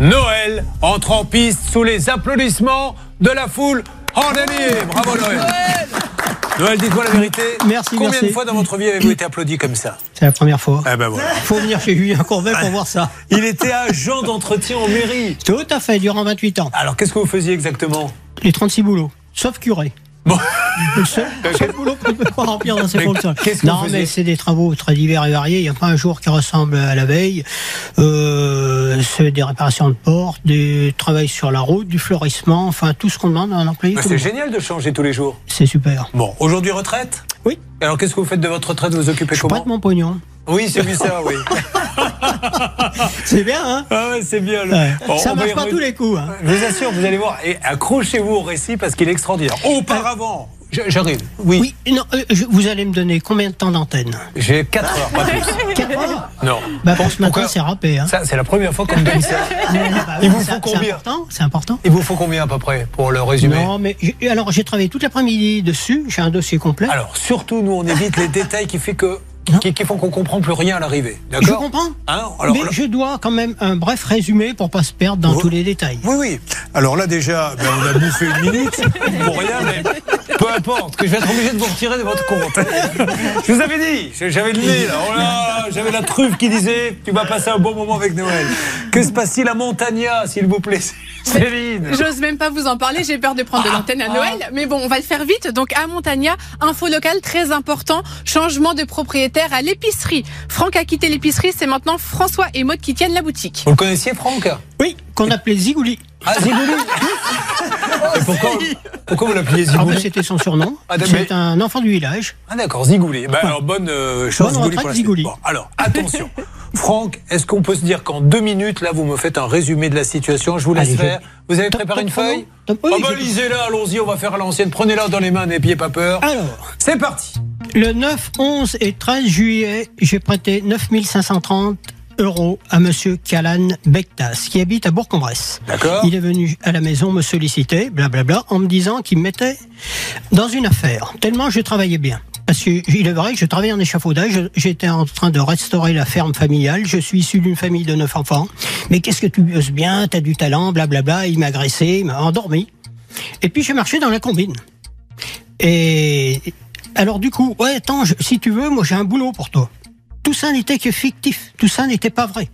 Noël entre en piste sous les applaudissements de la foule en délire. Bravo Noël. Noël, dites-moi la vérité. Merci, Combien merci. de fois dans votre vie avez-vous été applaudi comme ça C'est la première fois. Eh ben voilà. Faut venir chez Julien Courbet Ah. pour voir ça. Il était agent d'entretien en mairie. Tout à fait, durant 28 ans. Alors qu'est-ce que vous faisiez exactement Les 36 boulots, sauf curé. Bon, Le seul, seul boulot qu'on ne peut pas remplir dans ces Mais fonctions. qu'est-ce que vous Non, faisiez mais c'est des travaux très divers et variés. Il n'y a pas un jour qui ressemble à la veille. Euh, c'est des réparations de portes, du travail sur la route, du fleurissement, enfin tout ce qu'on demande à un employé. bah, c'est génial de changer tous les jours. C'est super. Bon, aujourd'hui retraite Oui. Alors qu'est-ce que vous faites de votre retraite Vous vous occupez Je comment prête mon pognon. Oui, c'est bien ça, oui. C'est bien, hein Ah ouais, c'est bien. le- Ouais. Bon, Ça on va y marche pas revenir. tous les coups. hein. Je vous assure, vous allez voir. Et accrochez-vous au récit parce qu'il est extraordinaire. Auparavant, je- j'arrive. Oui. Oui, non, euh, je- vous allez me donner combien de temps d'antenne J'ai 4 heures, pas plus. Quatre heures Non. bah, Pour ce matin, Pourquoi c'est râpé. Hein. Ça, c'est la première fois qu'on me donne ça. Il vous faut C'est combien important. C'est important. Il vous faut combien à peu près pour le résumer Non, mais j'ai- alors j'ai travaillé toute l'après-midi dessus. J'ai un dossier complet. Alors, surtout, nous, on évite les détails qui, fait que, Non. qui, qui font qu'on comprend plus rien à l'arrivée. D'accord je comprends. Hein Alors, mais là- je dois quand même un bref résumé pour pas se perdre dans Oh. tous les détails. Oui, oui. Alors là, déjà, ben, on a bouffé une minute pour rien, mais peu importe, que je vais être obligé de vous retirer de votre compte. Je vous avais dit, j'avais le nez, là. Oh là, j'avais la truffe qui disait Tu vas passer un bon moment avec Noël. Que se passe-t-il à Montagna, s'il vous plaît Céline J'ose même pas vous en parler, j'ai peur de prendre de l'antenne à Noël. Mais bon, on va le faire vite. Donc à Montagna, info locale très important, changement de propriétaire à l'épicerie. Franck a quitté l'épicerie, c'est maintenant François et Maud qui tiennent la boutique. Vous le connaissiez, Franck Oui, qu'on appelait Zigouli. Ah, Zigouli Et pourquoi, pourquoi vous l'appeliez Ah, ben, Zigouli c'était son surnom. Ah, d'accord, C'est mais- un enfant du village. Ah d'accord, Zigouli. Ben, alors, bonne euh, chose, Bonne Zigouli, retraite, pour la suite. Zigouli. Bon, alors, attention. Franck, est-ce qu'on peut se dire qu'en deux minutes, là, vous me faites un résumé de la situation Je vous laisse Allez, je- faire. Vous avez Top- préparé top une chrono feuille Top- Ah oui, bah, je- lisez-la, allons-y, on va faire à l'ancienne. Prenez-la dans les mains, n'ayez pas peur. Alors, C'est parti le 9, 11 et 13 juillet, j'ai prêté 9530 euros à monsieur Kalan Bektas, qui habite à Bourg-en-Bresse. D'accord. Il est venu à la maison me solliciter, blablabla, en me disant qu'il me mettait dans une affaire, tellement je travaillais bien. Parce que, il est vrai que je travaillais en échafaudage, je- j'étais en train de restaurer la ferme familiale, je suis issu d'une famille de neuf enfants, mais qu'est-ce que tu bosses bien, t'as du talent, blablabla, il m'a agressé, il m'a endormi. Et puis j'ai marché dans la combine. Et alors du coup, ouais, attends, je- si tu veux, moi j'ai un boulot pour toi. Tout ça n'était que fictif, tout ça n'était pas vrai.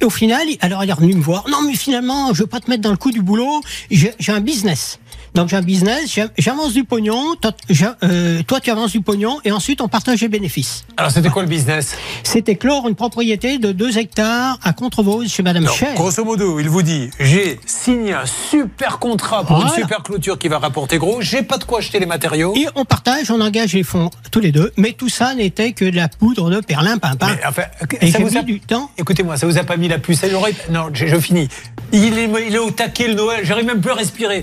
Et au final, il- alors il est revenu me voir. Non, mais finalement, je veux pas te mettre dans le coup du boulot. J'ai j'ai un business. Donc j'ai un business, j'a- j'avance du pognon, toi, j'a- euh, toi, tu avances du pognon, et ensuite on partage les bénéfices. Alors, c'était quoi le business C'était clore une propriété de 2 hectares à Contrevaux chez Madame Non, Cher. Grosso modo, il vous dit j'ai signé un super contrat pour une Voilà. super clôture qui va rapporter gros, j'ai pas de quoi acheter les matériaux. Et on partage, on engage les fonds tous les deux, mais tout ça n'était que de la poudre de perlimpinpin. Mais, enfin, Et ça j'ai vous mis a- du temps. Écoutez-moi, ça vous a pas mis la puce à l'oreille Non, je, je finis. Il est, il est au taquet le Noël, j'arrive même plus à respirer.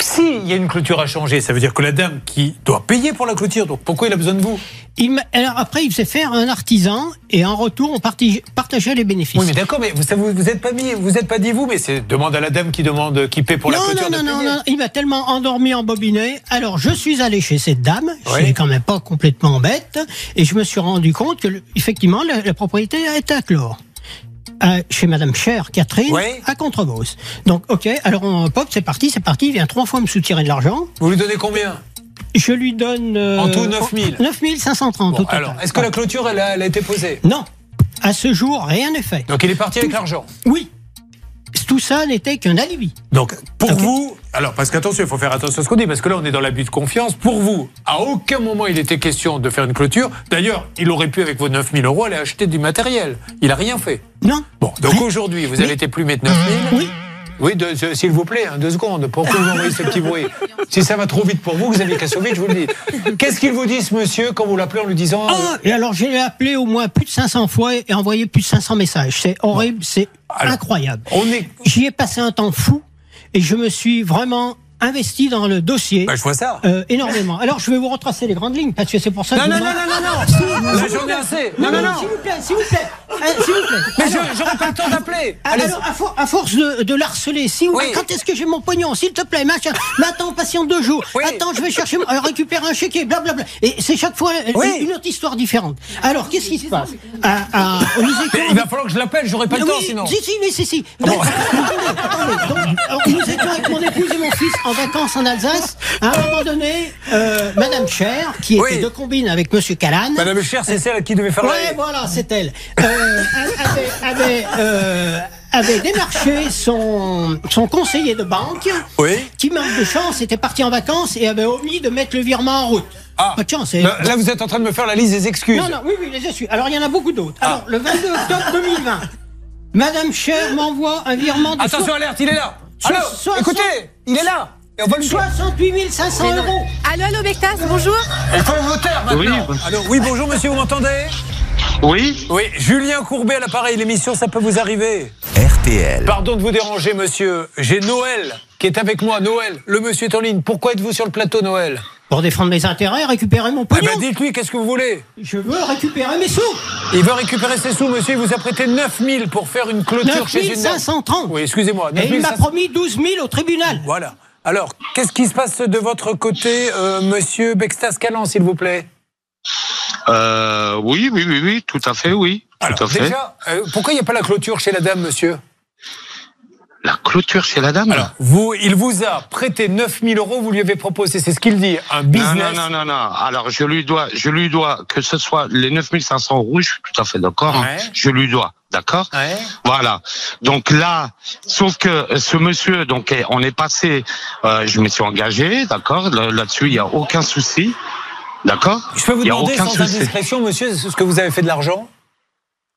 si il y a une clôture à changer, ça veut dire que la dame qui doit payer pour la clôture, donc pourquoi il a besoin de vous Il m'a- alors après, il faisait faire un artisan, et en retour, on parti- partageait les bénéfices. Oui, mais d'accord, mais vous ça vous, vous êtes pas mis, vous êtes pas dit vous, mais c'est demande à la dame qui demande, qui paie pour la non, clôture. non, de non, non, payer. non, il m'a tellement endormi en bobinet. Alors, je suis allé chez cette dame, Oui. je suis quand même pas complètement bête, et je me suis rendu compte que, le- effectivement, la, la propriété était à clore. À- chez Madame Cher, Catherine, Oui. à Contrebos. Donc, ok, alors on pop, c'est parti, c'est parti, il vient trois fois me soutirer de l'argent. Vous lui donnez combien Je lui donne. euh, En tout, 9 000. 9 530 Bon, au total. Alors, est-ce que la clôture, elle a, elle a été posée Non, à ce jour, rien n'est fait. Donc il est parti avec l'argent. Oui, tout ça n'était qu'un alibi. Donc, pour Ok. vous, alors, parce qu'attention, il faut faire attention à ce qu'on dit, parce que là, on est dans l'abus de confiance. Pour vous, à aucun moment il était question de faire une clôture. D'ailleurs, il aurait pu, avec vos 9000 euros, aller acheter du matériel. Il n'a rien fait. Non Bon, donc aujourd'hui, vous avez été plumé de 9000. Oui. Oui, deux- euh, s'il vous plaît, hein, deux secondes. Pourquoi vous envoyez ce petit bruit Si ça va trop vite pour vous, Xavier Kassovitch, je vous le dis. Qu'est-ce qu'il vous dit, ce monsieur, quand vous l'appelez en lui disant. euh, Ah, et alors j'ai appelé au moins plus de 500 fois et envoyé plus de 500 messages. C'est horrible, c'est Alors, incroyable. on est. J'y ai passé un temps fou et je me suis vraiment investi dans le dossier Bah, je vois ça. euh, énormément. Alors je vais vous retracer les grandes lignes parce que c'est pour ça Non, que non, je non, demande- non, non, non. La journée assez. Non, non, non. S'il vous plaît, s'il vous plaît, Euh, s'il vous plaît. Mais je- j'aurais pas le temps d'appeler. Allez, Ah, Alors, à, for- à force de, de l'harceler, si vous Oui. quand est-ce que j'ai mon pognon, s'il te plaît, machin. Mais attends, patiente deux jours. Oui. Attends, je vais chercher, euh, récupérer un chéquier, blablabla. Et c'est chaque fois euh, Oui. Ah, une autre histoire différente. Alors, qu'est-ce qui se passe À- à- Nous étions Il va avec falloir que je l'appelle, j'aurai pas le temps oui, sinon. Ah Si, si, mais si, si. Donc, attendez, attendez. Donc, alors, nous étions avec mon épouse et mon fils en vacances en Alsace. À un moment donné, euh, Madame Cher, qui Oui. était de combine avec Monsieur Callan, Madame Cher, c'est celle à qui devait faire Ouais, voilà, c'est elle. Euh, avait, avait, euh, avait démarché son, son conseiller de banque, Oui. qui, manque de chance, était parti en vacances et avait omis de mettre le virement en route. Ah. Pas de chance. c'est- Là, là, vous êtes en train de me faire la liste des excuses. non, non, oui, oui, les assumes. Alors, il y en a beaucoup d'autres. Ah. Alors, le 22 octobre 2020, Madame Cher m'envoie un virement de Attention, so- alerte, il est là. Soix- Allô, soix- écoutez, il est là. Et on va le 68 500 euros. Allô, allô, Bectas, bonjour. Il faut le voter maintenant. Oui, bon- Alors, oui, bonjour monsieur, vous m'entendez Oui Oui, Julien Courbet à l'appareil, l'émission, ça peut vous arriver. RTL. Pardon de vous déranger monsieur, j'ai Noël qui est avec moi, Noël. Le monsieur est en ligne. Pourquoi êtes-vous sur le plateau, Noël Pour défendre mes intérêts, récupérer mon Eh pognon. ben, dites-lui, qu'est-ce que vous voulez Je veux récupérer mes sous. Il veut récupérer ses sous, monsieur, il vous a prêté 9000 pour faire une clôture chez une... 9530. Oui, excusez-moi. Et il m'a 9500. promis 12 000 au tribunal. Voilà. Alors, qu'est-ce qui se passe de votre côté, euh, monsieur Bextas Calan, s'il vous plaît Euh, oui, oui, oui, oui, tout à fait, oui. tout à fait. Déjà, euh, pourquoi il n'y a pas la clôture chez la dame, monsieur La clôture chez la dame là vous, Il vous a prêté 9000 euros, vous lui avez proposé, c'est ce qu'il dit, un business. non, non, non, non, non. Alors, je lui dois, je lui dois, que ce soit les 9500 euros, je suis tout à fait d'accord. hein. Ouais. Je lui dois, d'accord? Ouais. Voilà. Donc là, sauf que ce monsieur, donc eh, on est passé, euh, je me suis engagé, d'accord. là- Là-dessus, il n'y a aucun souci, d'accord. Je peux vous Il y a demander aucun sans souci. indiscrétion, monsieur, ce que vous avez fait de l'argent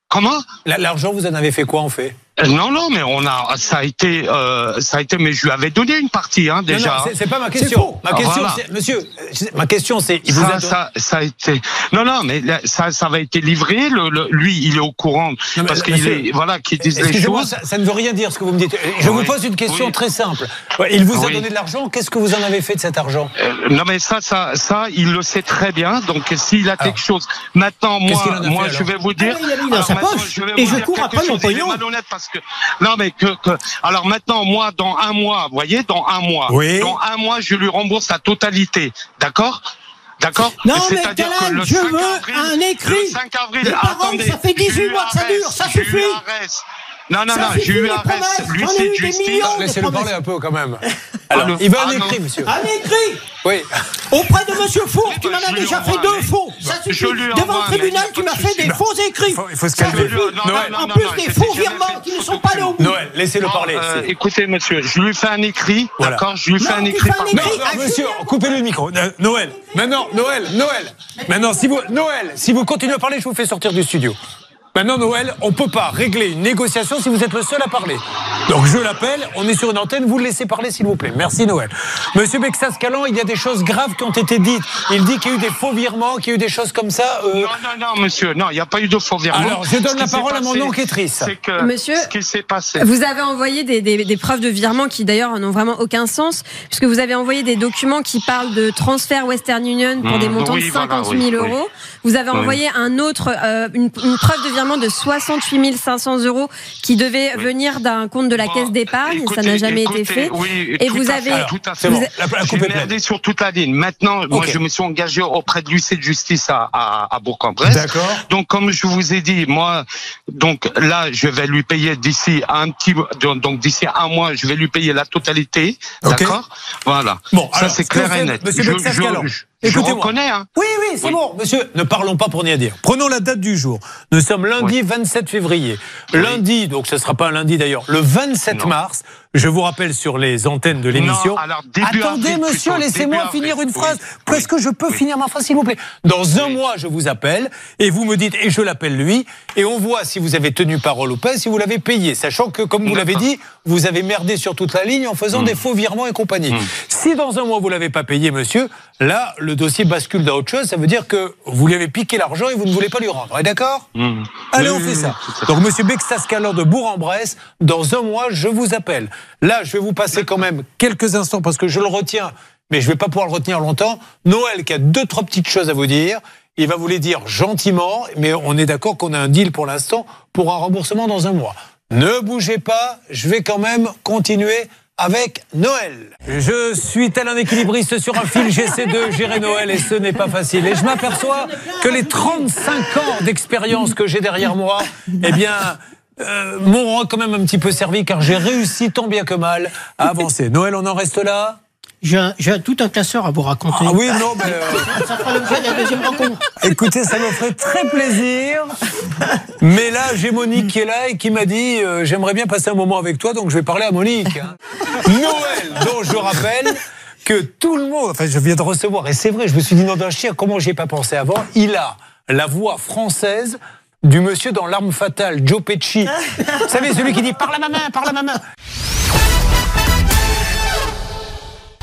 Comment La- L'argent, vous en avez fait quoi en fait Euh, Non, non, mais on a, ça a été, euh, ça a été, mais je lui avais donné une partie, hein, Non, déjà. non, hein. c'est- c'est pas ma question. faux. Ma question, Voilà. c'est, monsieur, euh, c'est- ma question, c'est, il vous ça, a don- ça, ça a été. Non, non, mais là, ça, ça va été livré. Le, le- lui, il est au courant mais, parce qu'il monsieur, est, voilà, qu'il dise les Excusez-moi, choses. ça, ça ne veut rien dire ce que vous me dites. Je vous Oui. pose une question Oui. très simple. Ouais, Il vous a Oui. donné de l'argent, qu'est-ce que vous en avez fait de cet argent Euh, non, mais ça, ça, ça, il le sait très bien. Donc, s'il a quelque chose, maintenant, Ah. Qu'est-ce moi, qu'il en a moi, fait, je vais vous dire. Ah oui, il a mis dans sa maintenant, poche, vais et vous je dire cours quelque après mon chose, il est pognon. malhonnête parce que, non, mais que, que- alors maintenant, moi, dans un mois, vous voyez, dans un mois, Oui. dans un mois, je lui rembourse la totalité. D'accord? D'accord Non, mais C'est-à-dire que Calam, le je 5 veux avril- un écrit. Le 5 avril, Les paroles, attendez. ça fait 18 mois que ça dure, ça J'ai eu suffit. Arès. Non, non, Ça non, suffit, j'ai eu les Arès. promesses, Lui, j'en ai eu c'est des justice. millions. Laissez-le promesse. parler un peu quand même. Alors, non. il veut un Ah, non. écrit, monsieur. Un écrit Oui. auprès de Monsieur Four, Oui, tu bah, m'en as je lui déjà envoie fait un deux mail. faux. Ça Bah, je suffit. lui Devant envoie le un mail, tribunal, y a tu pas m'as de fait souci. des faux écrits. Faut- il faut se Ça calmer. suffit. Non, Noël. non, En non, plus non, des j'ai faux jamais virements fait qui ne de sont pas allés au bout. Noël, laissez-le Bon, parler. euh, c'est- écoutez, monsieur, je lui fais un écrit, Voilà. d'accord Je lui fais Non, un tu écrit fais un par écrit. Non, mail. non, monsieur, coupez-le le micro. Euh, Noël. Maintenant, Noël, Noël. Maintenant, si vous, Noël, si vous continuez à parler, je vous fais sortir du studio. Maintenant, Noël, on peut pas régler une négociation si vous êtes le seul à parler. Donc, je l'appelle, on est sur une antenne, vous le laissez parler, s'il vous plaît. Merci, Noël. Monsieur Bexas Calan, il y a des choses graves qui ont été dites. Il dit qu'il y a eu des faux virements, qu'il y a eu des choses comme ça. euh, Non, non, non, monsieur, non, il n'y a pas eu de faux virement. Alors, je Ce donne qui la s'est parole à mon passé, enquêtrice. c'est que Monsieur, ce qui s'est passé. Vous avez envoyé des, des- des preuves de virement qui d'ailleurs n'ont vraiment aucun sens, puisque vous avez envoyé des documents qui parlent de transfert Western Union pour Mmh, des montants oui, de voilà, 50 oui, 000 oui. euros. Vous avez Oui. envoyé un autre, euh, une, une preuve de virement de 68 500 euros qui devait Oui. venir d'un compte de la Bon, caisse d'épargne. Ça écoutez, n'a jamais écoutez, été fait. oui, Et tout vous à avez- fait, tout à fait. c'est bon, vous a- la, la Je coupe est vais pleine. aller sur toute la ligne. Maintenant, moi, Ok. je me suis engagé auprès de l'huissier de justice à, à, à Bourg-en-Bresse. D'accord. Donc, comme je vous ai dit, moi, donc là, je vais lui payer d'ici un petit, donc d'ici un mois, je vais lui payer la totalité. Ok. D'accord. Voilà. Bon, ça alors, c'est ce que clair et fait net. monsieur je, Bexas je- Calan. je- je Écoutez-moi. reconnais. Hein. Oui, oui, c'est Oui. bon, monsieur. Ne parlons pas pour rien dire. Prenons la date du jour. Nous sommes lundi 27 février. Lundi, donc ce ne sera pas un lundi d'ailleurs, le 27 Non. mars. Je vous rappelle sur les antennes de l'émission. Non, alors, début Attendez, avril monsieur, plutôt, laissez-moi début finir avril. une phrase. Oui, oui, Est-ce que je peux oui. finir ma phrase, s'il vous plaît Dans un mois, je vous appelle et vous me dites, et je l'appelle lui, et on voit si vous avez tenu parole ou pas, si vous l'avez payé. Sachant que, comme vous l'avez D'accord. Hmm. dit, vous avez merdé sur toute la ligne en faisant des faux virements et compagnie. Si dans un mois, vous l'avez pas payé, monsieur, là, le dossier bascule dans autre chose. Ça veut dire que vous lui avez piqué l'argent et vous ne voulez pas lui rendre. On est d'accord Mmh. Allez, Oui, on oui, fait oui, ça. tout à fait. Donc, monsieur Bextascalor de Bourg-en-Bresse, dans un mois, je vous appelle. Là, je vais vous passer quand même quelques instants parce que je le retiens, mais je vais pas pouvoir le retenir longtemps. Noël, qui a deux, trois petites choses à vous dire. Il va vous les dire gentiment, mais on est d'accord qu'on a un deal pour l'instant pour un remboursement dans un mois. Ne bougez pas, je vais quand même continuer avec Noël. Je suis tel un équilibriste sur un fil, j'essaie de gérer Noël et ce n'est pas facile. Et je m'aperçois que les 35 ans d'expérience que j'ai derrière moi, eh bien, euh, m'auront quand même un petit peu servi car j'ai réussi tant bien que mal à avancer. Noël, on en reste là J'ai un- j'ai un- tout un classeur à vous raconter. Ah oui, non, mais... euh, Ça fera l'objet de la deuxième rencontre. Écoutez, ça me ferait très plaisir. Mais là, j'ai Monique qui est là et qui m'a dit euh, J'aimerais bien passer un moment avec toi, donc je vais parler à Monique. hein. Noël, dont je rappelle que tout le monde. Enfin, je viens de recevoir, et c'est vrai, je me suis dit Non, d'un chien, comment j'y ai pas pensé avant Il a la voix française du Hein, monsieur dans L'arme fatale, Joe Pesci. Vous savez, celui qui dit Par la ma main, par la ma main.